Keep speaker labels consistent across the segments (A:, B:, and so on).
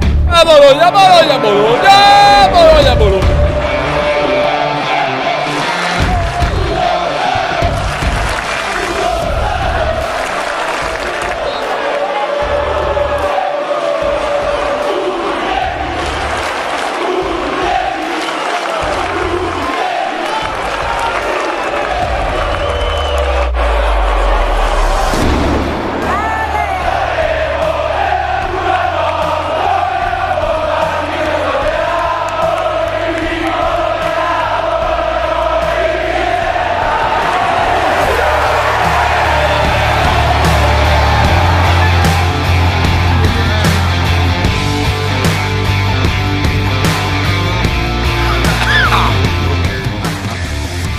A: Bologna, Bologna, Bologna, Bologna, Bologna.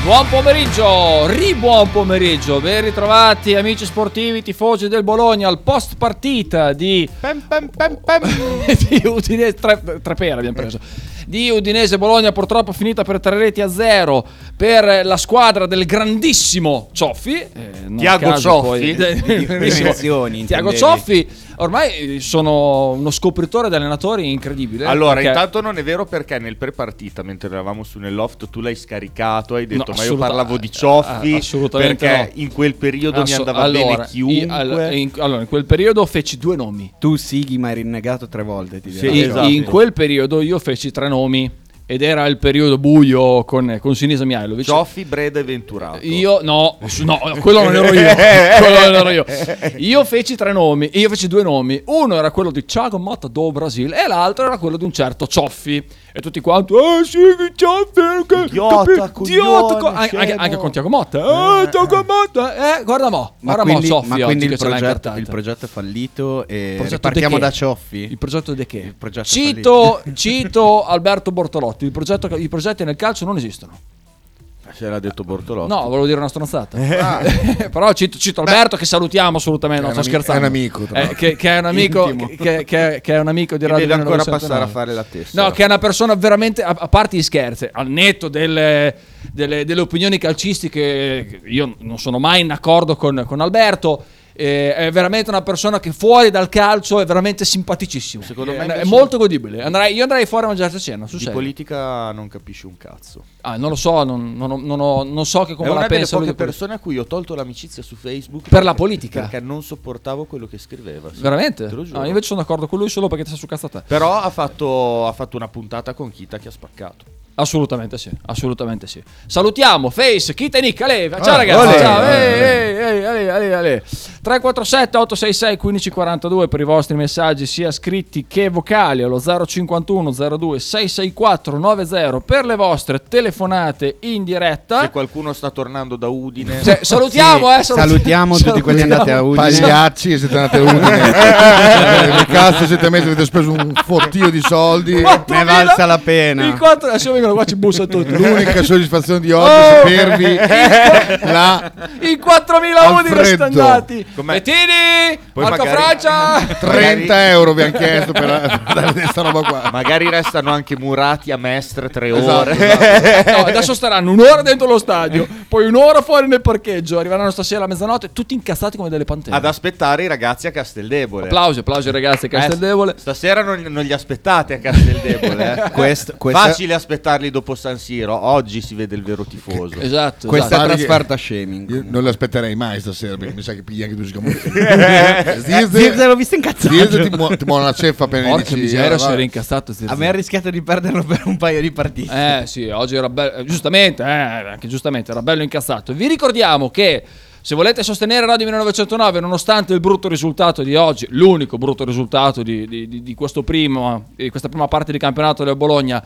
A: Buon pomeriggio, ribuon pomeriggio, ben ritrovati amici sportivi, tifosi del Bologna al post partita di,
B: Pem, pem, pem, pem.
A: di Udinese, tre, tre pere abbiamo preso, di Udinese Bologna purtroppo finita per tre reti a zero per la squadra del grandissimo Cioffi, eh, non a
B: Tiago
A: caso
B: Cioffi.
A: poi-
C: Dimensioni,
A: Tiago
C: intendevi.
A: Cioffi, ormai sono uno scopritore di allenatori incredibile.
B: Allora,
A: perché-
B: intanto non è vero perché nel pre-partita, mentre eravamo su nel loft, tu l'hai scaricato, hai detto
A: No,
B: ma io
A: assoluta-
B: parlavo di
A: a-
B: Cioffi
A: a- assolutamente
B: perché
A: no.
B: in quel periodo mi
A: Asso-
B: andava bene
A: i-
B: chiunque.
A: all- in, allora, in quel periodo feci due nomi.
C: Eh, Tu Sighi mi hai rinnegato tre volte, ti dirò.
B: Sì,
A: In-
B: esatto.
A: In quel periodo io feci tre nomi. Ed era il periodo buio con, con Sinisa Mihailovic.
B: Cioffi, Breda e Venturato.
A: Io no, su- no, quello non ero io. quello non ero io. Io feci tre nomi, io feci due nomi. Uno era quello di Thiago Motta do Brasil e l'altro era quello di un certo Cioffi. E tutti quanti, ah sì, Cioffi, che-
B: Idiota,
A: capi-
B: coglione,
A: idiota, co- anche,
B: scemo."
A: anche- anche con Thiago Motta. Eh, Thiago Motta, eh, guarda mo,
C: Ma
A: guarda
C: quindi,
A: mo Cioffi
C: ma
A: oggi
C: quindi
A: che
C: il,
A: ce l'ha
C: progetto,
A: incartata.
C: Certo, il progetto è fallito e
A: Progetto
C: partiamo
A: di che?
C: da Cioffi.
A: Il progetto di che?
C: Il progetto
A: cito, cito Alberto Bortolotti, il progetto che- i progetti nel calcio non esistono.
B: Ce l'ha detto Bortolò.
A: No, volevo dire una stronzata.
B: Eh.
A: Ah. Però cito, cito Alberto che salutiamo assolutamente, no,
D: È
A: sto
D: un ami-
A: scherzando.
D: è un amico, tra
A: Eh,
D: l'altro.
A: che, che è un amico
C: Intimo.
A: che, che- che è un amico di
B: Che
A: Radio
B: deve ancora
A: 1999.
B: passare a fare la testa.
A: No, che è una persona veramente, a, a parte gli scherzi, al netto delle, delle- delle opinioni calcistiche, io non sono mai in accordo con, con Alberto. eh, è veramente una persona che fuori dal calcio è veramente simpaticissimo.
B: Secondo
A: Eh,
B: me
A: è
B: invece-
A: molto godibile. Andrei- io andrei fuori a mangiarci a cena. Su
B: Di
A: serio.
B: politica non capisci un cazzo.
A: Ah, non lo so, non, non ho- non ho- non so che
B: è
A: come
B: una
A: la
B: delle
A: pensa lui
B: poche
A: di politica.
B: persone a cui ho tolto l'amicizia su Facebook
A: Per la politica?
B: perché non sopportavo quello che scriveva. sì.
A: Veramente?
B: Te lo giuro.
A: No, io invece sono d'accordo con lui solo perché ti sta su cazzo a te.
B: Però ha fatto, ha fatto una puntata con Kita che ha spaccato.
A: Assolutamente sì, assolutamente sì. Salutiamo Face, Kita e Nick, Ale, ciao
D: Ah,
A: ragazzi,
D: olè,
A: ciao.
D: olè.
A: eh, eh, eh, ale, ale, ale. 347 866 1542 per i vostri messaggi sia scritti che vocali allo 051 02 664 90 per le vostre telefonate in diretta.
B: Se qualcuno sta tornando da Udine,
A: Cioè, salutiamo,
C: Sì,
A: eh, salut-
C: salutiamo tutti quelli andati a Udine.
D: Pagliacci siete andati a Udine. Come cazzo siete messi? Avete speso un fottio di soldi.
A: Oh,
C: Ne è valsa la pena.
A: I quattro, adesso vengono qua ci bussano tutti.
D: L'unica soddisfazione di oggi
A: Oh!
D: è sapervi la
A: In 4.000
D: Al
A: Udine
D: freddo.
A: sono andati.
B: Com'è?
A: Bettini,
B: Poi
A: Marco
B: magari-
A: Francia.
D: 30 euro vi hanno chiesto per, per dare questa roba qua.
B: magari restano anche murati a Mestre tre
D: Esatto,
B: ore.
D: esatto.
A: No, adesso staranno un'ora dentro lo stadio, poi un'ora fuori nel parcheggio. Arriveranno stasera a mezzanotte, tutti incazzati come delle pantere.
B: Ad aspettare i ragazzi a Casteldebole.
A: applausi, applausi, ragazzi. Casteldevole.
B: Eh, stasera non, non li aspettate a Casteldebole. eh.
C: Quest- questa-
B: Facile aspettarli dopo San Siro. Oggi si vede il vero tifoso.
A: Esatto, esatto.
C: Questa è
D: Guarda che-
C: trasferta
D: Io
C: shaming.
D: non l'aspetterei mai stasera perché mi sa che pigli anche tu sicamo.
C: Zirze Eh, l'ho visto
D: Zirze ti,
C: incazzato.
D: muo- ti muovo la ceffa appena
A: Porca
D: dici,
A: miseria,
D: "Eh,
A: si
D: va".
A: era incazzato. Zirzi.
C: A me ha rischiato di perderlo per un paio di partite.
A: Eh sì, oggi era bello, eh, giustamente, eh, anche giustamente, era bello incazzato. Vi ricordiamo che se volete sostenere Radio 1909, nonostante il brutto risultato di oggi, l'unico brutto risultato di, di- di- di questo primo, di questa prima parte di campionato del Bologna,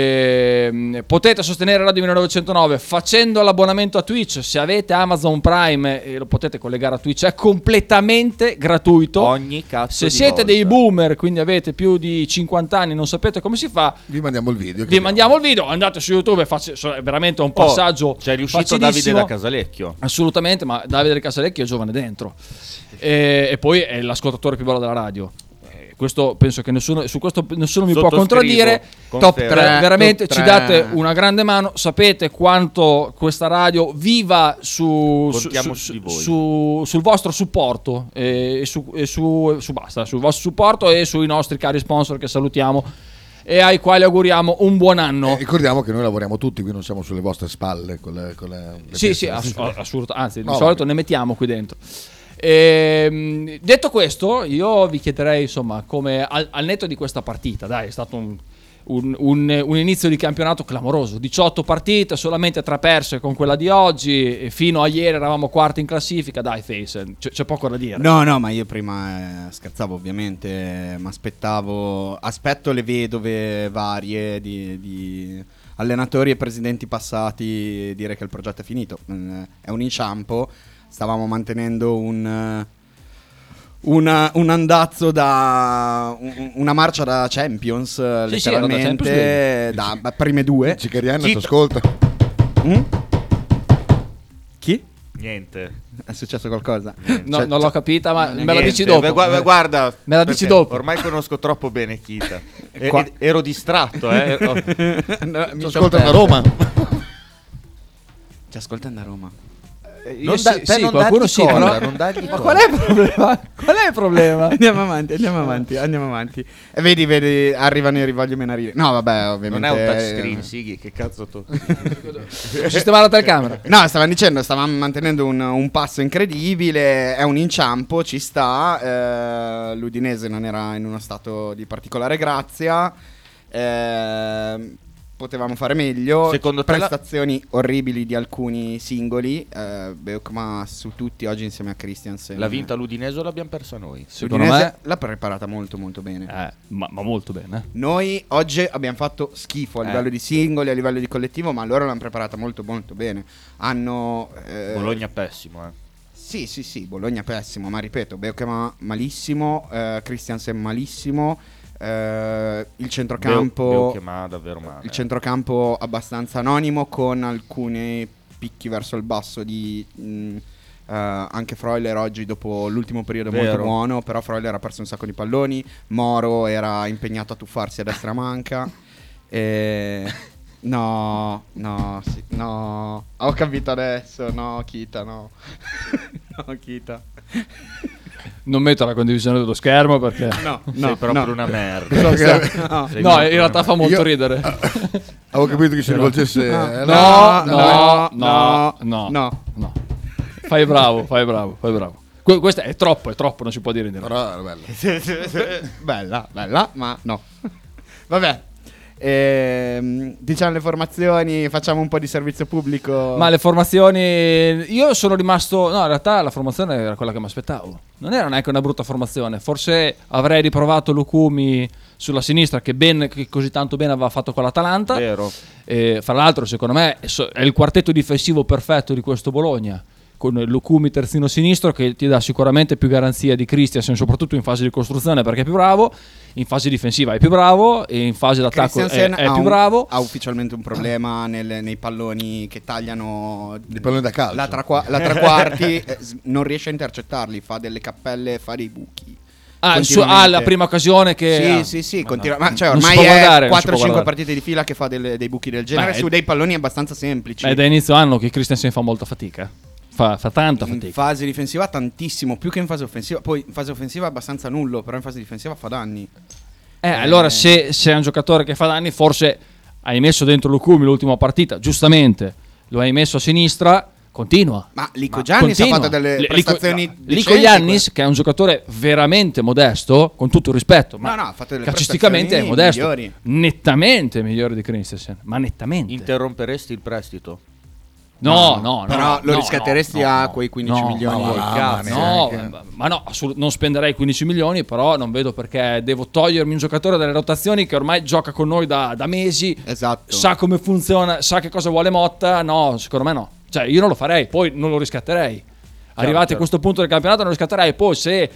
A: ehm, potete sostenere Radio 1909 facendo l'abbonamento a Twitch. Se avete Amazon Prime e lo potete collegare a Twitch, è completamente gratuito.
B: Ogni cazzo
A: se
B: di
A: siete
B: volta.
A: dei boomer, quindi avete più di 50 anni e non sapete come si fa,
D: Vi mandiamo il video. che
A: vi
D: abbiamo.
A: mandiamo il video, andate su YouTube, facci- so- è veramente un
B: Oh,
A: passaggio.
B: C'è riuscito Davide
A: facilissimo.
B: da Casalecchio.
A: Assolutamente, ma Davide del Casalecchio è giovane dentro. E, e poi è l'ascoltatore più bello della radio. Eh, Questo penso che nessuno, su questo nessuno mi può
B: Sottoscrivo,
A: contraddire. Top
B: confermo.
A: 3, veramente
C: Top
A: ci
C: tre.
A: date una grande mano. Sapete quanto questa radio viva su, su-
B: Contiamo
A: su-
B: su di voi.
A: su- sul vostro supporto eh, e, e su, e su- su- basta, sul vostro supporto e sui nostri cari sponsor che salutiamo e ai quali auguriamo un buon anno.
D: Eh, ricordiamo che noi lavoriamo tutti, qui non siamo sulle vostre spalle. Con le, con le- le
A: Sì,
D: teste.
A: sì, ass- assurdo. Anzi, di
D: eh, No,
A: solito
D: vabbè.
A: ne mettiamo qui dentro. Ehm, detto questo, io vi chiederei, insomma, come al, al netto di questa partita, dai, è stato un, un- un- un inizio di campionato clamoroso. 18 partite, solamente tre perse con quella di oggi. e fino a ieri eravamo quarti in classifica. Dai, Face, c'è, c'è poco da dire.
C: No, no, ma io prima eh, scherzavo ovviamente, eh, ma aspettavo, aspetto le vedove varie di, di allenatori e presidenti passati dire che il progetto è finito. Mm, È un inciampo, stavamo mantenendo un... eh, una- un andazzo da un- una marcia da Champions eh,
A: Sì, sì, era da
C: letteralmente eh,
A: Champions League.
C: da, prime due
D: Cicariano
B: Chi-
D: ci ascolta.
C: Mm? chi?
B: Niente.
C: è successo qualcosa?
A: No,
C: Cioè,
A: non l'ho capita, ma me la
B: Niente.
A: dici dopo. Eh.
B: Beh, gua- beh, guarda,
A: Me la dici
B: perché
A: dopo.
B: Ormai conosco troppo bene Kita. E-
C: Qua-
B: ed- ero distratto, eh. Oh.
C: No, mi
D: Ci
C: sono
D: ascolta da
C: perso.
D: Roma.
C: Ci ascoltano a Roma.
A: Io
B: Non
A: Eh, sì-
B: da- te
A: sì,
B: non
A: qualcuno
B: dargli
A: sì,
B: colla,
A: però-
B: non dargli
A: Ma
B: colla.
A: qual è il problema? Qual è il problema?
C: Andiamo avanti, andiamo avanti, andiamo avanti. E Eh, vedi, vedi, arrivano i rivoglio menarili. No, vabbè,
B: Non
C: ovviamente. eh,
B: è un touchscreen, Sighi, che cazzo tocchi?
A: Sistemare la telecamera.
C: No, stavamo dicendo, stavamo mantenendo un, un passo incredibile, è un inciampo, ci sta, eh, l'Udinese non era in uno stato di particolare grazia, eh, potevamo fare meglio,
B: Secondo te la-
C: prestazioni orribili di alcuni singoli, eh, Beukma su tutti oggi insieme a Christiansen.
B: L'ha vinta l'Udinese o l'abbiamo persa noi?
A: Secondo
C: L'Udinese
A: me,
C: l'ha preparata molto molto bene.
A: eh, ma, ma molto bene. eh.
C: Noi oggi abbiamo fatto schifo a
B: Eh.
C: livello di singoli, a livello di collettivo, ma loro l'hanno preparata molto molto bene. Hanno... eh,
B: Bologna pessimo, eh.
C: Sì, sì, sì, Bologna pessimo, ma ripeto, Beukema malissimo, eh, Christiansen malissimo, eh, il centrocampo...
B: che ma davvero male.
C: il centrocampo abbastanza anonimo con alcuni picchi verso il basso di... mh, eh, anche Freuler oggi dopo l'ultimo periodo molto
B: Vero.
C: buono, però Freuler ha perso un sacco di palloni, Moro era impegnato a tuffarsi a destra manca. E... No, no, sì, no, ho capito adesso, no Kita, no. no Kita.
A: Non metto la condivisione dello schermo perché.
C: No, no,
B: Sei proprio
C: no.
B: una merda.
D: So che-
C: No.
B: Sei
A: No, in
B: proprio
A: realtà
B: una
A: fa molto
D: Io-
A: ridere.
D: Avevo capito che si rivolgesse. eh,
A: No, no,
C: No, no,
A: no, no,
C: no,
A: no. Fai bravo, fai bravo, fai bravo. Que- Questo è troppo, è troppo, non si può dire niente.
D: Però era bello.
C: bella, bella, ma no. Vabbè. Ehm, diciamo le formazioni, facciamo un po' di servizio pubblico.
A: Ma le formazioni. Io sono rimasto. No, in realtà la formazione era quella che mi aspettavo. Non era neanche una brutta formazione. Forse avrei riprovato Lukumi sulla sinistra, che, ben, che così tanto bene aveva fatto con l'Atalanta.
B: Vero.
A: E, fra l'altro, secondo me, so- è il quartetto difensivo perfetto di questo Bologna. Con Lucumi terzino sinistro che ti dà sicuramente più garanzia di Christiansen, soprattutto in fase di costruzione perché è più bravo, in fase difensiva è più bravo e in fase d'attacco è,
C: Christiansen
A: è
C: ha
A: più
C: un-
A: bravo.
C: Ha ufficialmente un problema nel- nei palloni che tagliano.
D: Dei palloni da calcio.
C: La, traqua- la tre quarti eh, s- non riesce a intercettarli, fa delle cappelle, fa dei buchi.
A: Ah, il suo-
C: Continuamente.
A: ah, la prima occasione che.
C: Sì,
A: ah.
C: sì, sì,
A: Ma
C: continua-
A: no,
C: ma cioè,
A: non si può
C: ormai
A: guardare,
C: è
A: non si può
C: 4-5
A: guardare.
C: partite di fila che fa delle- dei buchi del genere
A: Beh,
C: su
A: è-
C: dei palloni abbastanza semplici.
A: Ma È da inizio anno che Christiansen fa molta fatica. Fa, fa tanta
C: in
A: fatica.
C: fase difensiva tantissimo, più che in fase offensiva. Poi in fase offensiva è abbastanza nullo, però in fase difensiva fa danni.
A: Eh, allora, se, se è un giocatore che fa danni, forse hai messo dentro Lucumi l'ultima partita, giustamente, lo hai messo a sinistra, continua.
C: Ma Lico Giannis ha
A: continua.
C: fatto delle
A: Le- Lico-
C: prestazioni
A: no, Lico
C: decenti,
A: Giannis, che è un giocatore veramente modesto, con tutto il rispetto, ma
C: No, no, ha fatto delle
A: calcisticamente è modesto,
C: prestazioni
A: nettamente migliore di Christensen, ma nettamente.
B: Interromperesti il prestito?
A: no, no, no,
C: però lo
A: no,
C: riscatteresti
A: no,
C: a
A: no,
C: quei 15
A: no,
C: milioni.
A: no,
C: Col
A: no,
C: cazzo,
A: no,
D: neanche.
A: ma- ma no, assolut- non spenderei 15 milioni, però non vedo perché devo togliermi un giocatore dalle rotazioni che ormai gioca con noi da, da mesi,
C: Esatto.
A: sa come funziona, sa che cosa vuole Motta. No, secondo me no. Cioè, io non lo farei, poi non lo riscatterei. Arrivati a
B: certo.
A: questo punto del campionato, non lo riscatterei. Poi, se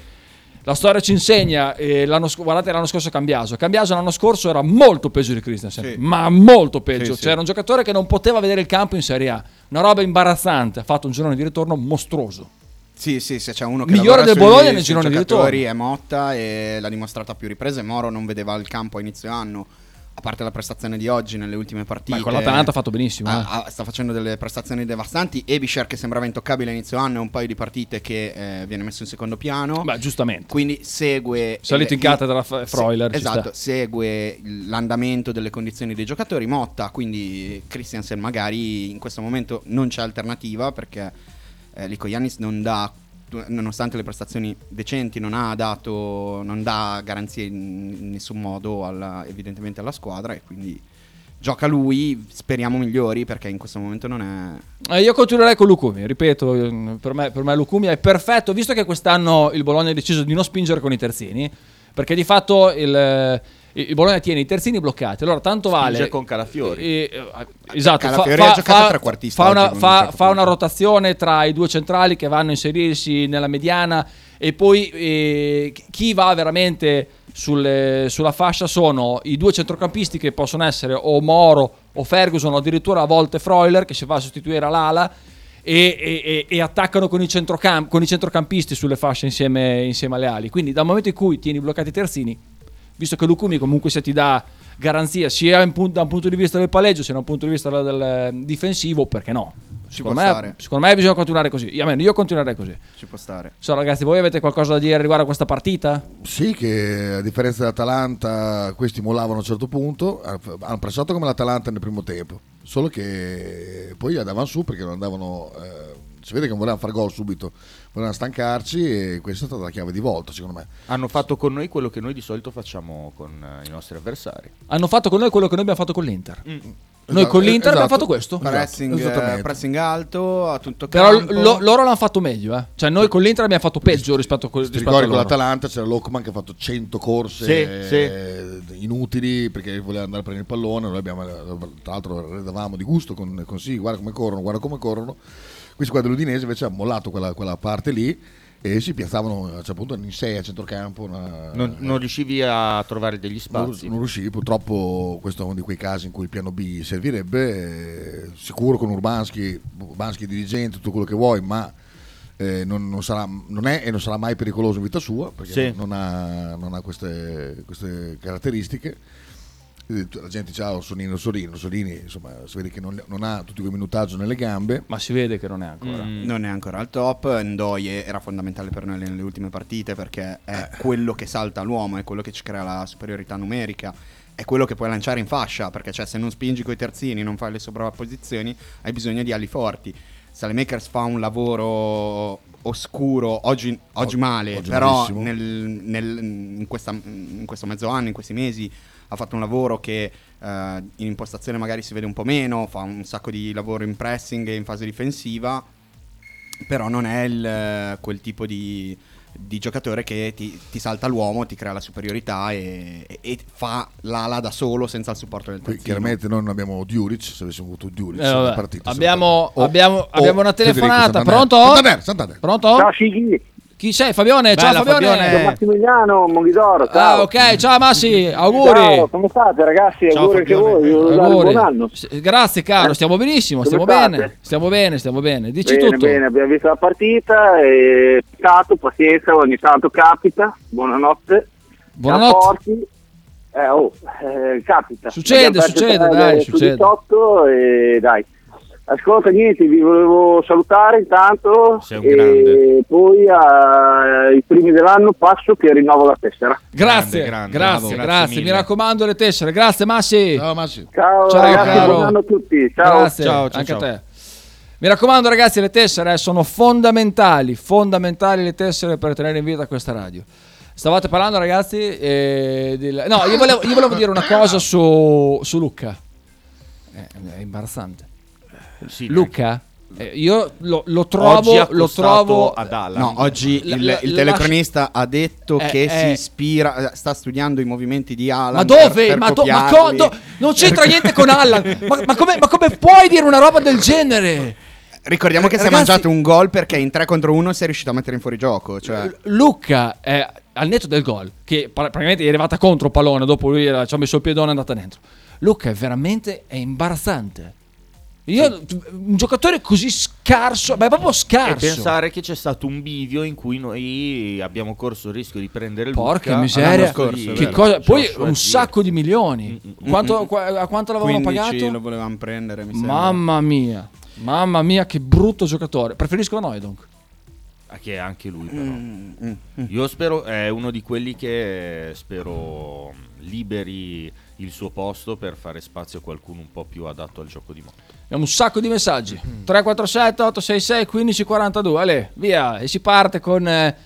A: la storia ci insegna, eh, l'anno sc- guardate l'anno scorso Cambiaso. Cambiaso l'anno scorso era molto peggio di Christensen,
C: Sì.
A: ma molto peggio.
C: Sì, sì.
A: C'era un giocatore che non poteva vedere il campo in Serie A. Una roba imbarazzante. Ha fatto un girone di ritorno mostruoso.
C: Sì, sì, se c'è uno che
A: Migliore
C: lavora
A: del
C: sui-
A: Bologna nel
C: sui
A: girone di
C: giocatori
A: ritorno.
C: è Motta e l'ha dimostrata a più riprese. Moro non vedeva il campo a inizio anno, a parte la prestazione di oggi nelle ultime partite.
A: Ma con l'Atalanta ha fatto benissimo, eh.
C: Ah, ah, sta facendo delle prestazioni devastanti. Ebisher che sembrava intoccabile a inizio anno, è un paio di partite che eh, viene messo in secondo piano.
A: Beh, giustamente.
C: Quindi segue.
A: Salito
C: eh,
A: in cattedra F-
C: sì,
A: Freuler, ci
C: esatto,
A: sta.
C: segue l'andamento delle condizioni dei giocatori. Motta, quindi Christiansen magari in questo momento non c'è alternativa perché eh, Lico Yanis non dà. Nonostante le prestazioni decenti, non ha dato, non dà garanzie in in nessun modo alla- evidentemente alla squadra. E quindi gioca lui. Speriamo migliori perché in questo momento non è,
A: Eh, io continuerei con Lucumi, ripeto, ehm, per me, per me Lucumi è perfetto, visto che quest'anno il Bologna ha deciso di non spingere con i terzini, perché di fatto il, eh, il Bologna tiene i terzini bloccati, allora tanto
B: Spinge
A: vale...
B: con Calafiori.
A: Eh, eh, esatto, fa,
C: Calafiori
A: fa-
C: ha giocato
A: fa-
C: trequartista
A: fa una,
C: oggi,
A: fa-
C: non gioca
A: fa una
C: punto.
A: rotazione tra i due centrali che vanno a inserirsi nella mediana e poi eh, chi- chi va veramente sulle- sulla fascia sono i due centrocampisti che possono essere o Moro o Ferguson o addirittura a volte Freuler che si va a sostituire all'ala e, e- e- e attaccano con i, centrocamp- con i centrocampisti sulle fasce insieme, insieme alle ali. Quindi dal momento in cui tieni bloccati i terzini, visto che Lucumi comunque se ti dà garanzia sia in pun- da un punto di vista del palleggio sia da un punto di vista del, del difensivo, perché no? Secondo
C: può
A: me,
C: stare.
A: secondo me bisogna continuare così. Io, almeno io continuerei così.
C: ci può stare.
A: So, ragazzi, voi avete qualcosa da dire riguardo a questa partita?
D: Sì, che a differenza dell'Atalanta, questi mollavano a un certo punto, hanno pressato come l'Atalanta nel primo tempo, solo che poi andavano su perché non andavano, eh, si vede che non volevano far gol subito, volevano stancarci e questa è stata la chiave di volta secondo me.
B: Hanno fatto con noi quello che noi di solito facciamo con eh, i nostri avversari.
A: Hanno fatto con noi quello che noi abbiamo fatto con l'Inter. Noi
D: Esatto,
A: con l'Inter abbiamo
D: esatto.
A: fatto questo.
D: Esatto,
C: Pressing,
D: esattamente.
C: eh, pressing alto a tutto
A: Però
C: campo.
A: lo- loro l'hanno fatto meglio, eh. Cioè, noi con l'Inter abbiamo fatto peggio rispetto a quello
D: Ti ricordi con l'Atalanta c'era Lokman che ha fatto 100 corse
B: Sì,
D: eh, inutili perché voleva andare a prendere il pallone. Noi abbiamo, eh, tra l'altro, redavamo di gusto con, con sì, guarda come corrono, guarda come corrono. Questi qua dell'Udinese invece ha mollato quella, quella parte lì e si piazzavano a un certo punto in 6 a centrocampo. una-
B: Non, non riuscivi a trovare degli
D: non,
B: spazi.
D: non riuscivi, purtroppo questo è uno di quei casi in cui il piano B servirebbe, eh, sicuro con Urbanski, Urbanski dirigente, tutto quello che vuoi, ma eh, non, non sarà- non è e non sarà mai pericoloso in vita sua perché
B: Sì.
D: non ha, non ha queste, queste caratteristiche. Eh, La gente dice, ah, Orsolini, Orsolini, Orsolini, insomma, si vede che non, non ha tutti quei minutaggio nelle gambe.
A: Ma si vede che non è ancora.
D: Mm.
C: Non è ancora al top. Ndoye era fondamentale per noi nelle ultime partite perché
D: Eh.
C: è quello che salta l'uomo, è quello che ci crea la superiorità numerica, è quello che puoi lanciare in fascia perché cioè, se non spingi coi terzini, non fai le sovrapposizioni, hai bisogno di ali forti. Salemakers fa un lavoro oscuro, oggi, oggi
D: O-
C: male,
D: oggi
C: però
D: malissimo.
C: nel- nel- in, questa- in questo mezzo anno, in questi mesi, ha fatto un lavoro che eh, in impostazione magari si vede un po' meno, fa un sacco di lavoro in pressing e in fase difensiva, però non è il, eh, quel tipo di, di giocatore che ti, ti salta l'uomo, ti crea la superiorità e, e- e fa l'ala da solo senza il supporto del
D: Poi,
C: terzino.
D: chiaramente noi non abbiamo Diuric, se avessimo avuto Diuric
A: Eh,
D: sarebbe
A: vabbè.
D: partita,
A: Abbiamo-
D: sarebbe partita.
A: abbiamo- abbiamo una
D: Federico
A: telefonata,
D: Santander.
A: pronto?
D: Santander, Santander.
A: Pronto?
E: Ciao Fighi,
A: Chi sei? Fabione? ciao
B: Bella,
A: Fabione.
B: Fabione.
E: Massimiliano Monghidoro, ciao.
A: Eh. Ah, ok, ciao Massi, auguri.
E: Ciao, come state ragazzi?
B: Ciao,
E: auguri anche
B: Fabione.
E: voi, vi voglio dare un
A: Auguri.
E: buon anno. Eh.
A: S- Grazie caro, stiamo benissimo,
E: Come
A: stiamo
E: state?
A: bene, stiamo bene, stiamo bene. Dici
E: bene,
A: tutto.
E: bene, abbiamo visto la partita, e... peccato, pazienza, ogni tanto capita, buonanotte.
A: Buonanotte.
E: Siamo forti. Eh, oh, eh, capita.
A: Succede,
E: Abbiamo perso
A: succede,
E: tre
A: dai,
E: su
A: succede.
E: 18 e dai. Ascolta, niente, vi volevo salutare intanto
B: Sei un
E: e
B: grande.
E: poi ai primi dell'anno passo che rinnovo la tessera.
A: Grazie,
B: Grande, grande,
A: grazie,
B: bravo, grazie
A: grazie. Mi
B: mille.
A: raccomando le tessere. Grazie Massi.
D: Ciao Massi.
E: Ciao,
A: Ciao,
E: ragazzi,
A: caro.
E: buon anno a tutti. Ciao.
A: Grazie,
B: Ciao, ciao,
A: anche
B: ciao.
A: a te. Mi raccomando ragazzi, le tessere eh, sono fondamentali, fondamentali le tessere per tenere in vita questa radio. Stavate parlando ragazzi eh, del- No, io volevo, io volevo dire una cosa su, su Luca. Eh, è imbarazzante.
B: Sì,
A: Luca, eh, io lo, lo trovo...
B: Oggi ha
A: lo
B: costato
A: trovo...
B: ad Haaland.
C: No, oggi
A: La-
C: il,
A: la-
C: il
A: la-
C: telecronista ha detto
A: Eh,
C: che
A: eh.
C: si ispira, sta studiando i movimenti di Alan.
A: Ma dove?
C: per- per
A: ma, do- ma
C: copiarli.
A: co- do- non c'entra niente con Allan. Ma, ma come, ma come puoi dire una roba del genere?
C: Ricordiamo che si è
A: Ragazzi-
C: mangiato un gol perché in 3 contro 1 si è riuscito a mettere in fuorigioco.
B: Eh.
C: Cioè,
A: L- Luca è al netto del gol, che pra- praticamente gli è arrivata contro il pallone, dopo lui era- ci ha messo il piedone e è andata dentro. Luca è veramente è imbarazzante. Io, un giocatore così scarso, ma è proprio
B: E
A: scarso.
B: pensare che c'è stato un bivio in cui noi abbiamo corso il rischio di prendere il
A: Porca
B: Lucca
A: miseria,
B: l'anno scorso,
C: Che
A: Che
B: vero?
A: cosa-
B: Cioè,
A: poi
B: cioè,
A: un
B: dire.
A: sacco di milioni.
B: Mm,
A: Quanto- qua- a quanto l'avevano
C: 15
A: pagato?
C: lo volevamo prendere, mi sembra.
A: Mamma mia, mamma mia, che brutto giocatore. Preferisco Noidonk.
B: Ah, Che è anche lui però.
C: Mm, mm, mm.
B: Io spero, è uno di quelli che eh, spero liberi il suo posto per fare spazio a qualcuno un po' più adatto al gioco di moto.
A: Abbiamo un sacco di messaggi.
B: Mm-hmm.
A: 347 866 1542. Ale, via. E si parte con eh,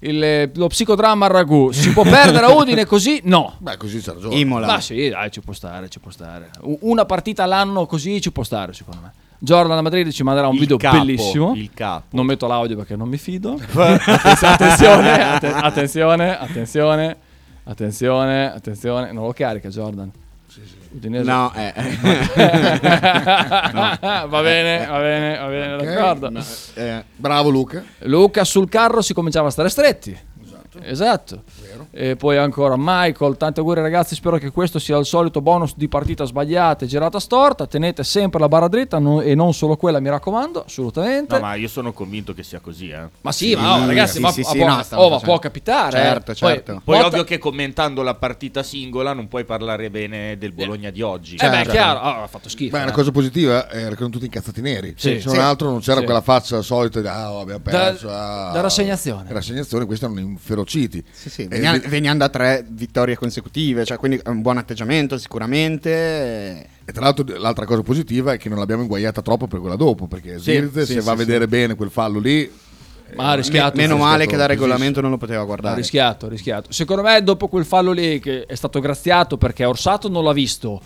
A: il- eh, lo psicodramma al ragù. Si può perdere a Udine così? No.
D: Beh, così c'è ragione.
C: Imola.
A: Ma sì, dai, ci può stare, ci può stare. U- Una partita all'anno così ci può stare, secondo me. Jordan a Madrid ci manderà un
B: Il
A: video
B: capo,
A: bellissimo.
B: il capo.
A: Non metto l'audio perché non mi fido. Attenzione, attenzione, atten- attenzione, attenzione, attenzione, attenzione. Non lo carica Jordan. Udinese.
C: No, eh.
A: va bene, va bene, va bene,
D: Ok,
A: d'accordo.
D: no, eh, bravo Luca.
A: Luca sul carro si cominciava a stare stretti. Esatto. E poi ancora Michael, tanti auguri ragazzi, spero che questo sia il solito bonus di partita sbagliata e girata storta. Tenete sempre la barra dritta no- e non solo quella, mi raccomando, assolutamente.
B: No, ma io sono convinto che sia così, eh.
A: Ma sì, ma oh,
C: sì,
A: ragazzi,
C: sì,
A: ma,
C: sì,
A: ma
C: sì,
A: può,
C: no, stavo
A: oh, ma
C: facendo-
A: può capitare.
C: Certo,
A: eh.
C: certo.
A: Poi,
B: Poi
A: Botta-
B: ovvio che commentando la partita singola non puoi parlare bene del Bologna di oggi.
A: Eh beh, è chiaro, Ah, ha fatto schifo.
D: Beh,
A: eh.
D: una cosa positiva eh, erano tutti incazzati neri.
A: Sì.
D: Se non
A: Sì.
D: altro non c'era
A: Sì.
D: quella faccia solita di ah, oh, abbiamo
A: Da-
D: perso. ah".
A: da rassegnazione.
D: Rassegnazione, questi erano inferociti.
C: Sì, sì,
D: Eh,
C: veniamo,
D: di-
C: veniamo da tre vittorie consecutive, cioè quindi è un buon atteggiamento sicuramente. eh,
D: E tra l'altro d- l'altra cosa positiva è che non l'abbiamo inguaiata troppo per quella dopo, perché
C: Sì,
D: Zirze,
C: sì,
D: se
C: sì,
D: va a
C: sì.
D: vedere bene quel fallo lì, eh,
A: Ma ha rischiato.
C: meno
D: sì,
C: male
D: stato
C: che da
D: così.
C: regolamento non lo poteva
A: Ha
C: guardare.
A: rischiato, ha rischiato. Secondo me, dopo quel fallo lì che è stato graziato perché Orsato non l'ha visto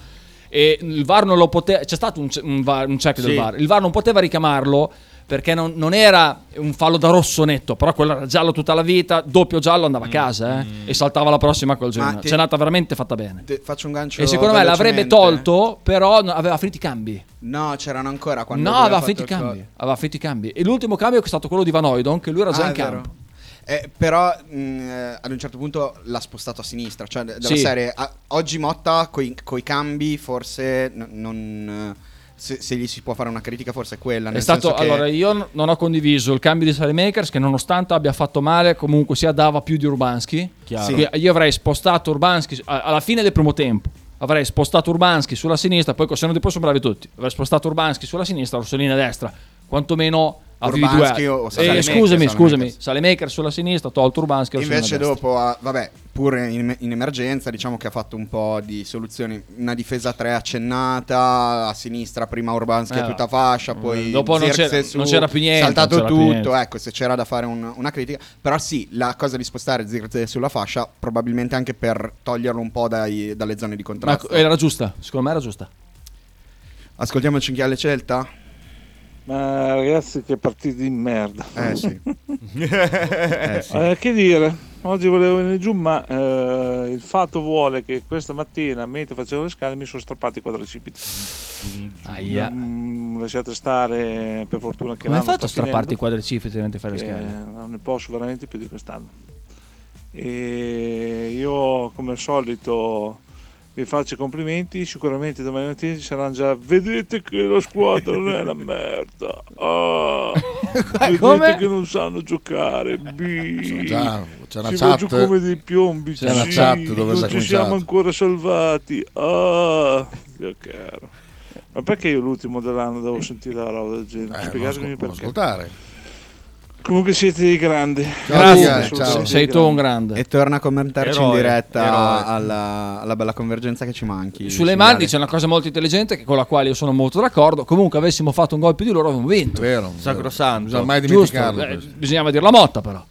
A: e il VAR non lo poteva. C'è stato un, ce- un VAR un check del
B: Sì.
A: VAR. Il VAR non poteva ricamarlo perché non, non era un fallo da rosso netto, però quello era giallo tutta la vita, doppio giallo andava
C: Mm.
A: a casa eh, e saltava la prossima col Genoa.
C: ti-
A: C'è nata veramente fatta bene.
C: Te- faccio un gancio.
A: E secondo me l'avrebbe
C: velocemente. eh.
A: tolto, però no- aveva finito i cambi.
C: No, c'erano ancora quando
A: no,
C: lui
A: aveva
C: fatto
A: finito i
C: il
A: cambi.
C: gol.
A: Aveva finito i cambi. E l'ultimo cambio è stato quello di Vanoidon, che lui era già
C: Ah,
A: in
C: è vero.
A: campo.
C: Eh, però mh, eh, ad un certo punto l'ha spostato a sinistra, cioè d- della
A: Sì.
C: serie a- oggi Motta coi, coi cambi forse n- non eh, se, se gli si può fare una critica forse è quella,
A: È
C: nel
A: stato,
C: senso che-
A: allora, io n- non ho condiviso il cambio di Salemakers che nonostante abbia fatto male comunque sia dava più di Urbanski.
C: Chiaro.
A: Quindi Io avrei spostato Urbanski a- alla fine del primo tempo. Avrei spostato Urbanski sulla sinistra, poi se no poi sono bravi tutti. Avrei spostato Urbanski sulla sinistra, Orsolini a destra. Quantomeno avevi
C: Urbanski
A: due.
C: o- o
A: Eh,
C: Salemakers,
A: scusami,
C: Salemakers.
A: scusami. Salemakers sulla sinistra, tolto Urbanski Orsolini a
C: Invece
A: destra.
C: dopo, ah, vabbè, pure in, in emergenza, diciamo che ha fatto un po' di soluzioni. Una difesa a 3 accennata, a sinistra prima Urbanski
A: Eh,
C: a tutta fascia, poi
A: dopo non
C: Xerxes
A: c'era-
C: su,
A: non c'era più niente,
C: Saltato
A: non c'era più
C: tutto,
A: niente.
C: ecco, se c'era da fare un- una critica. Però sì, la cosa di spostare Zirze sulla fascia, probabilmente anche per toglierlo un po' dai- dalle zone di
A: Ma
C: contrasto.
A: co- era giusta, secondo me era giusta.
C: Ascoltiamo il cinghiale Celta?
F: Ma ragazzi, che partita di merda.
C: Eh sì. Eh, sì.
F: Eh, che dire, oggi volevo venire giù, ma eh, il fatto vuole che questa mattina, mentre facevo le scale, mi sono strappati i quadricipiti.
C: Cioè,
A: Aia.
F: Mm, lasciate stare, per fortuna che
A: Come hai
F: l'anno
A: fatto a
F: sta
A: strapparti i
F: finendo,
A: quadricipiti mentre fai le
F: che
A: scale?
F: Non ne posso veramente più di quest'anno. E io, come al solito, vi faccio i complimenti. Sicuramente domani mattina ci saranno già. Vedete che la squadra non è una merda. Ah, vedete
A: Come?
F: che non sanno giocare. B.
D: sono già- c'è una
F: Ci va
D: chat.
F: giù come dei piombi.
D: C'è una
F: sì,
D: chat dove si è
F: non ci siamo
D: cominciato.
F: ancora salvati. Ah, mio caro. Ma perché io l'ultimo dell'anno devo sentire la roba del genere?
D: Eh, non ascol-
F: Spiegatemi
D: non
F: perché.
D: ascoltare.
F: Comunque siete dei grandi.
D: Grazie,
F: Assolutamente
D: ciao.
F: dei
A: Sei tu
F: grandi.
A: un grande.
F: Eh,
C: E torna a commentarci in
B: Eroe,
C: diretta
B: eroe.
C: alla, alla bella convergenza che ci manchi.
A: Sulle
C: cinghiale.
A: mani c'è una cosa molto intelligente che- con la quale io sono molto d'accordo. Comunque, avessimo fatto un gol più di loro, avremmo
D: È
A: vinto.
D: vero.
B: Sacrosanto.
D: Non bisogna mai
A: Giusto,
D: dimenticarlo.
A: eh,
D: questo.
A: bisognava dire la motta, però.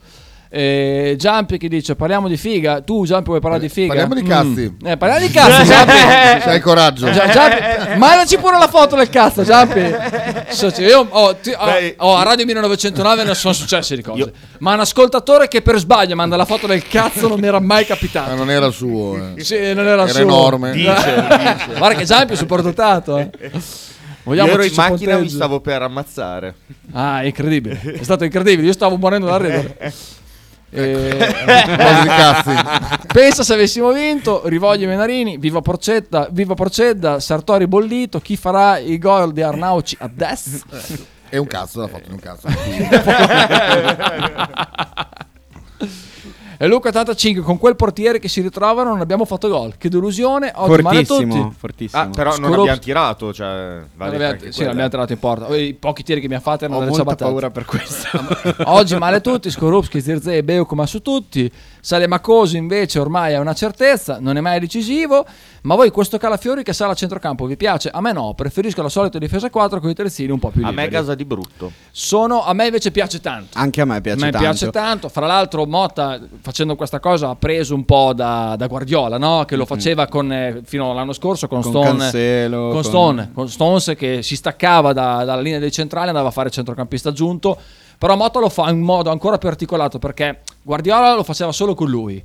A: Eh, Giampi che dice: Parliamo di figa. Tu, Giampi, vuoi parlare di figa?
D: Eh, Parliamo di
A: Mm.
D: cazzi.
A: Eh, parliamo di cazzo,
F: Eh.
A: Giampi.
D: Se hai coraggio.
A: Gia- Giampi, mandaci pure la foto del cazzo, Giampi. So, cioè, io, oh, ti- oh,
B: Beh,
A: oh, a Radio 1909 ne sono successe di cose. Ma un ascoltatore che per sbaglio manda la foto del cazzo non mi era mai
B: Ah,
D: Ma
A: capitato.
D: non era il suo. eh.
A: Sì, non era,
D: Era
A: suo.
D: enorme.
A: Guarda che Giampi è superdotato. Eh.
B: Io
A: Vogliamo
B: ero in
A: ci
B: macchina e mi
A: punteggio.
B: stavo per ammazzare.
A: Ah, è incredibile. È stato incredibile. Io stavo morendo da ridere. Eh,
D: Cose di cazzi.
A: Pensa se avessimo vinto, rivoglio i Menarini, viva Porcetta, viva Porcedda, Sartori bollito, chi farà il gol di Arnauci adesso?
D: È un cazzo, l'ha fatto in un cazzo.
A: E Luca 85, con quel portiere che si ritrova non abbiamo fatto gol, che delusione, oggi male a
C: Fortissimo,
A: Oh, tutti.
C: fortissimo.
B: Ah, però non
A: Scuro-
B: abbiamo tirato, cioè, vale
A: L'abbiamo-
B: anche
A: sì,
B: quella.
A: l'abbiamo tirato in porta. I pochi tiri che mi ha fatto erano
C: Ho
A: delle
C: molta
A: ciabattate.
C: paura per questo.
A: Oggi male a tutti, Skorupski, Zirze e Beu come su tutti, Salemacosi invece ormai è una certezza, non è mai decisivo, ma voi questo Calafiori che sale a centrocampo vi piace? A me no, preferisco la solita difesa 4 con i terzini un po' più
B: A
A: liberi.
B: me casa di brutto.
A: Sono, a me invece piace tanto.
C: Anche a me piace
A: A me
C: tanto.
A: piace tanto, fra l'altro Motta facendo questa cosa ha preso un po' da, da Guardiola, no? che lo faceva con, eh, fino all'anno scorso con,
C: Con
A: Stone,
C: Cancelo,
A: con,
C: con-
A: Stone, con Stones che si staccava da- dalla linea dei centrali andava a fare centrocampista aggiunto, però Motta lo fa in modo ancora più articolato perché Guardiola lo faceva solo con lui,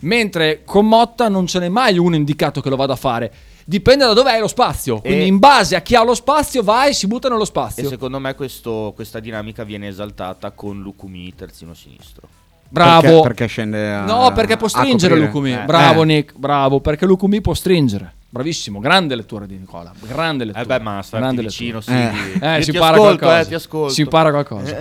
A: mentre con Motta non ce n'è mai uno indicato che lo vada a fare. Dipende da dov'è lo spazio, quindi
B: E-
A: in base a chi ha lo spazio va e si butta nello
B: E
A: spazio.
B: secondo me questo- questa dinamica viene esaltata con Lucumi terzino sinistro.
A: Bravo.
C: Perché, perché scende a
A: No, perché può
C: a
A: stringere
C: coprire.
A: Lucumi.
B: Eh.
A: Bravo,
C: Eh.
A: Nick. Bravo, perché Lucumi può stringere. Bravissimo, grande lettura di Nicola. Grande lettura.
B: Eh beh, ma starti
A: Grande
B: vicino, sì.
C: Eh.
A: lettura. Eh,
B: Io
A: si
B: ti
A: impara
B: ascolto,
A: qualcosa.
B: eh, ti ascolto.
A: Si impara qualcosa.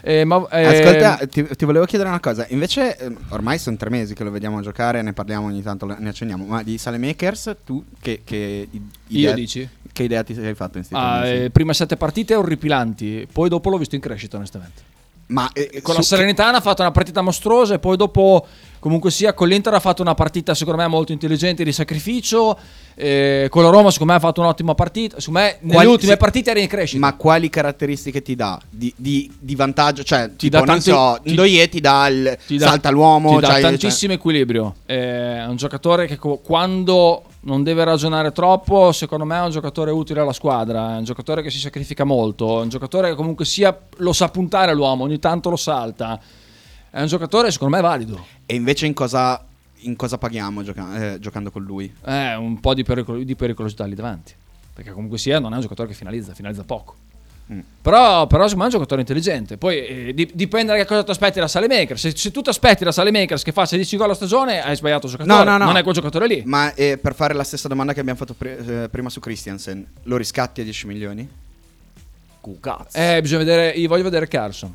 A: Eh, ma, eh,
C: Ascolta, ti, ti volevo chiedere una cosa. Invece, ehm, ormai sono tre mesi che lo vediamo giocare, ne parliamo ogni tanto, ne accenniamo. Ma di Salemakers, tu che, che i- idea-
A: dici?
C: Che idea ti sei fatto in sti
A: ah,
C: tre mesi?
A: eh, prima sette partite orripilanti, poi dopo l'ho visto in crescita, onestamente.
C: Ma eh,
A: Con
C: su-
A: la Salernitana ha fatto una partita mostruosa e poi dopo comunque sia con l'Inter ha fatto una partita secondo me molto intelligente di sacrificio eh, con la Roma secondo me ha fatto un'ottima partita secondo me nelle
C: Quali-
A: ultime
C: se-
A: partite era in crescita
C: Ma quali caratteristiche ti dà di, di- di vantaggio? Cioè, ti
A: dà
C: tipo, non
A: tanti-
C: so,
A: ti-
C: Ndoye ti dà il
A: ti dà-
C: salta l'uomo,
A: ti dà
C: cioè-
A: tantissimo equilibrio. Eh, È un giocatore che co- quando non deve ragionare troppo, secondo me è un giocatore utile alla squadra, è un giocatore che si sacrifica molto, è un giocatore che comunque sia lo sa puntare all'uomo, ogni tanto lo salta. È un giocatore secondo me valido.
C: cioè- E invece in cosa, in cosa paghiamo gioca- eh, giocando con lui?
A: È un po' di, pericolo- di pericolosità lì davanti, perché comunque sia non è un giocatore che finalizza, finalizza poco.
B: Mm.
A: Però, però secondo me è un giocatore intelligente. Poi eh, di- dipende da che cosa ti aspetti da Salemakers. Se, se tu ti aspetti da Salemakers che fa 16 gol a stagione, hai sbagliato giocatore. Non è quel giocatore lì.
C: Ma eh, per fare la stessa domanda che abbiamo fatto pre- eh, prima su Christiansen, lo riscatti a 10 milioni?
B: Cucazzo.
A: Eh, bisogna vedere. Io voglio vedere Carson.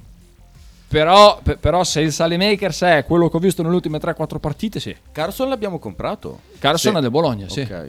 A: Però, pe- però se il Salemakers è quello che ho visto nelle ultime 3-4 partite, sì.
B: Carson l'abbiamo comprato.
A: Carson è del Bologna, Eh, sì.
B: Ok.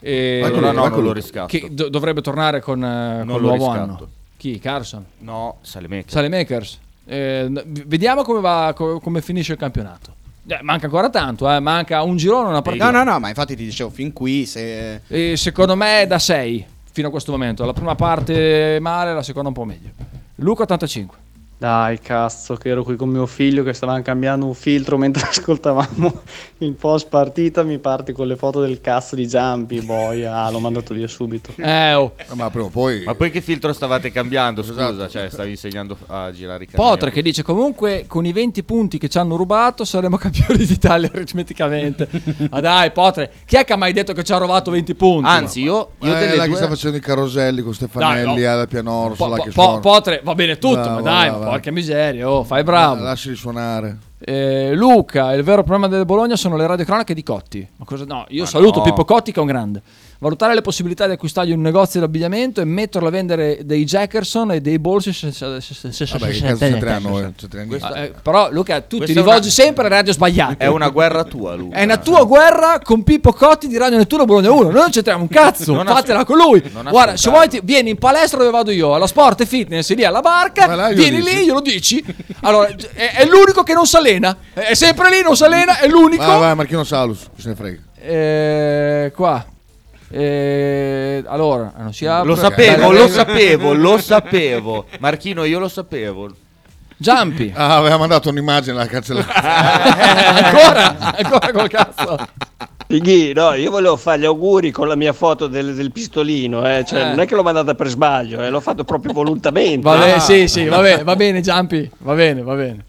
A: E-
D: Ecco,
B: Allora no,
D: ecco
B: non lo
D: lui.
B: riscatto.
A: che do- dovrebbe tornare con, eh,
B: Non
A: con
B: lo
A: nuovo
B: riscatto.
A: anno. Chi? Carson?
B: No, Salemecca.
A: Salemakers. Eh, n- v- vediamo come, va, co- come finisce il campionato. Eh, manca ancora tanto, eh, manca un girone, una partita.
C: No, no, no, ma infatti ti dicevo fin qui se...
A: E secondo me è da 6 fino a questo momento. La prima parte male, la seconda un po' meglio. Luca 85.
G: Dai, cazzo, che ero qui con mio figlio che stavamo cambiando un filtro mentre ascoltavamo il post partita. Mi parte con le foto del cazzo di Giampi. Boia, ah, l'ho mandato via subito.
A: Eh, oh.
D: No, Ma prima o poi...
B: Ma poi che filtro stavate cambiando? Scusa, cioè stavi insegnando a girare i cannoni.
A: Esatto. Potre che dice comunque con i 20 punti che ci hanno rubato saremo campioni d'Italia aritmeticamente. Ma dai, Potre, chi è che ha mai detto che ci ha rubato 20 punti?
B: Anzi, io, io
D: Eh,
B: delle
D: là
B: due...
D: che sta facendo i caroselli con Stefanelli
A: Dai, no.
D: alla pianorsa,
A: Po-
D: là
A: po-
D: che
A: po-
D: suona.
A: Potre, va bene tutto, ma
D: Bravo,
A: dai,
D: bravo.
A: porca miseria, oh, fai bravo.
D: Lasciali Eh, suonare.
A: Eh, Luca, il vero problema del Bologna sono le radiocronache di Cotti. Ma cosa- no, io saluto
B: no.
A: Pippo Cotti che è un grande. Valutare le possibilità di acquistargli un negozio di abbigliamento e metterlo a vendere dei Jackerson e dei bolsi. se- se- se- se- se-
D: Vabbè, che
A: se-
D: cazzo
A: se-
D: c'entriamo
A: se-
D: noi? C'entriamo niente.
A: Eh, però Luca, tu ti
B: Questa è
A: rivolgi
B: una-
A: sempre a radio sbagliate.
B: È una guerra tua, Luca.
A: È una tua guerra con Pippo Cotti di Radio Nettuno Bologna 1. Noi non c'entriamo un cazzo.
B: Non
A: Fatela
B: ascol-
A: con lui.
B: non
A: Guarda, se
B: ascoltarlo.
A: vuoi, ti- vieni in palestra dove vado io, alla Sport e Fitness, lì alla barca.
D: Ma là glielo
A: vieni
D: dici.
A: lì, glielo dici. Allora, è, è l'unico che non s'allena. È è sempre lì, non s'allena. È l'unico.
D: Ah, Vai, vai, Marchino Salus, se ne frega.
A: Eh, qua. Eh, allora, non si apre.
B: Lo
A: Dai,
B: sapevo,
A: dai,
B: lo
A: dai.
B: sapevo, lo sapevo. Marchino, io lo sapevo.
A: Giampi.
D: Ah, aveva mandato un'immagine alla cancellata.
B: Eh,
A: ancora, ancora col cazzo.
H: Fighi, no, io volevo fare gli auguri con la mia foto del, del pistolino, eh, cioè,
A: Eh.
H: non è che l'ho mandata per sbaglio, eh, l'ho fatto proprio volontariamente.
A: Va
G: Ah.
A: bene, sì, sì, va bene, va bene, Giampi, va bene, va bene.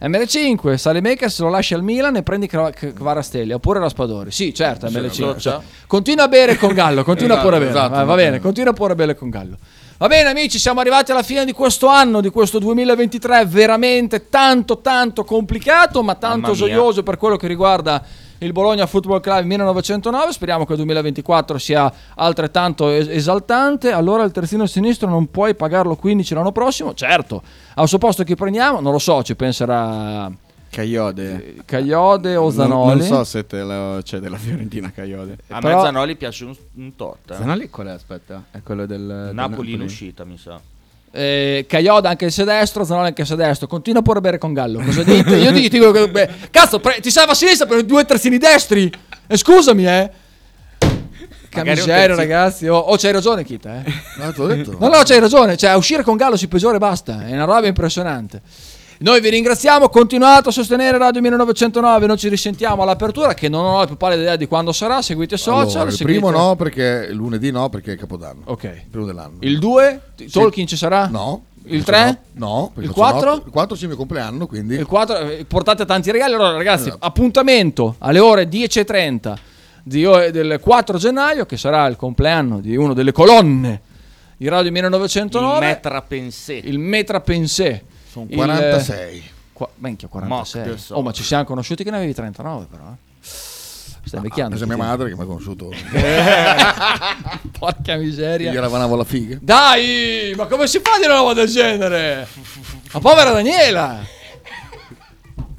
A: ML5, Salemakers lo lascia al Milan e prendi Cra- C- Kvarastelli oppure Raspadori. Sì, certo, ML5.
B: certo.
A: Cioè, continua a bere con Gallo, continua
D: Esatto,
A: pure a bere.
D: esatto,
A: va, va
D: va
A: bene,
D: bene.
A: continua pure a bere con Gallo. Va bene amici, siamo arrivati alla fine di questo anno, di questo 2023, veramente tanto tanto complicato, ma
B: Mamma
A: tanto
B: mia.
A: gioioso per quello che riguarda il Bologna Football Club 1909. Speriamo che il 2024 sia altrettanto es- esaltante. Allora il terzino sinistro non puoi pagarlo 15 l'anno prossimo? Certo, al suo posto chi prendiamo? Non lo so, ci penserà
C: Caiode.
A: Cagliode o
C: Non,
A: Zanoli.
C: non so se te lo- c'è della Fiorentina Caiode.
B: A
A: Ah, Però-
B: me Zanoli piace un, un tot. eh.
C: Zanoli Ah, qual è? Aspetta, è quello del del
B: Napoli in uscita, mi sa.
A: Eh, Caioda anche se destro, Zanoni anche se destro. Continua pure a bere con Gallo. Cosa dite? Io ti dico, che- beh, cazzo, pre- ti serve a sinistra per due terzini destri. Eh, scusami, eh. Che
B: Magari un
A: miseria,
B: terzino.
A: ragazzi. Oh, oh, c'hai ragione, Kita. Eh.
D: No, te l'ho detto.
A: No, no, c'hai ragione. Cioè, a uscire con Gallo si peggiora e basta. È una roba impressionante. Noi vi ringraziamo, continuate a sostenere Radio 1909, non ci risentiamo all'apertura che non ho la più pallida idea di quando sarà, seguite i social.
D: Allora, il
A: seguite-
D: primo no, perché lunedì no, perché è Capodanno.
A: Ok.
D: Il primo dell'anno.
A: Il 2, Tolkien ci sarà?
D: No.
A: Il 3?
D: No. perché
A: Il
D: faccio
A: 4?
D: notte. Il 4 sì, mio compleanno, quindi...
A: Il 4, portate tanti regali. Allora, ragazzi,
D: Esatto.
A: appuntamento alle ore 10.30 di o- del 4 gennaio, che sarà il compleanno di una delle colonne di Radio
B: Il
A: 1909,
B: Metra Pensé.
A: il Metra Pensé.
D: Sono
A: Il-
D: 46.
A: qua- minchia,
B: Mock,
A: 46.
B: so.
A: Oh, ma ci siamo conosciuti che ne avevi 39, però. eh. Stai
D: Ah,
A: vecchiando.
D: questa è mia madre che mi ha conosciuto.
A: Eh, Porca miseria.
D: Io ravanavo la figa.
A: Dai, ma come si fa di una roba del genere? Ma povera Daniela.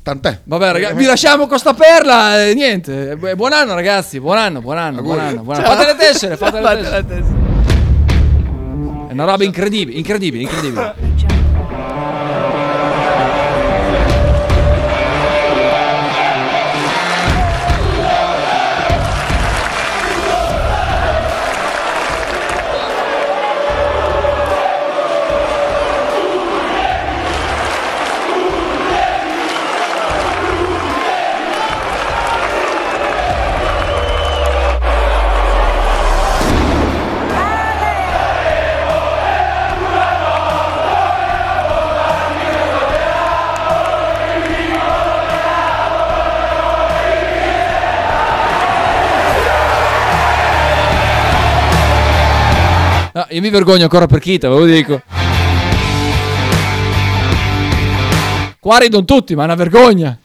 D: Tant'è.
A: Vabbè, ragazzi, vi lasciamo con sta perla. eh, niente, Eh, buon anno, ragazzi. Buon anno, buon anno, buon anno. Buon anno. Fate le tessere, fate le tessere. È una roba incredibile, incredibile, incredibile. Ah, io mi vergogno ancora per Kita, ve lo dico. Qua ridono tutti, ma è una vergogna.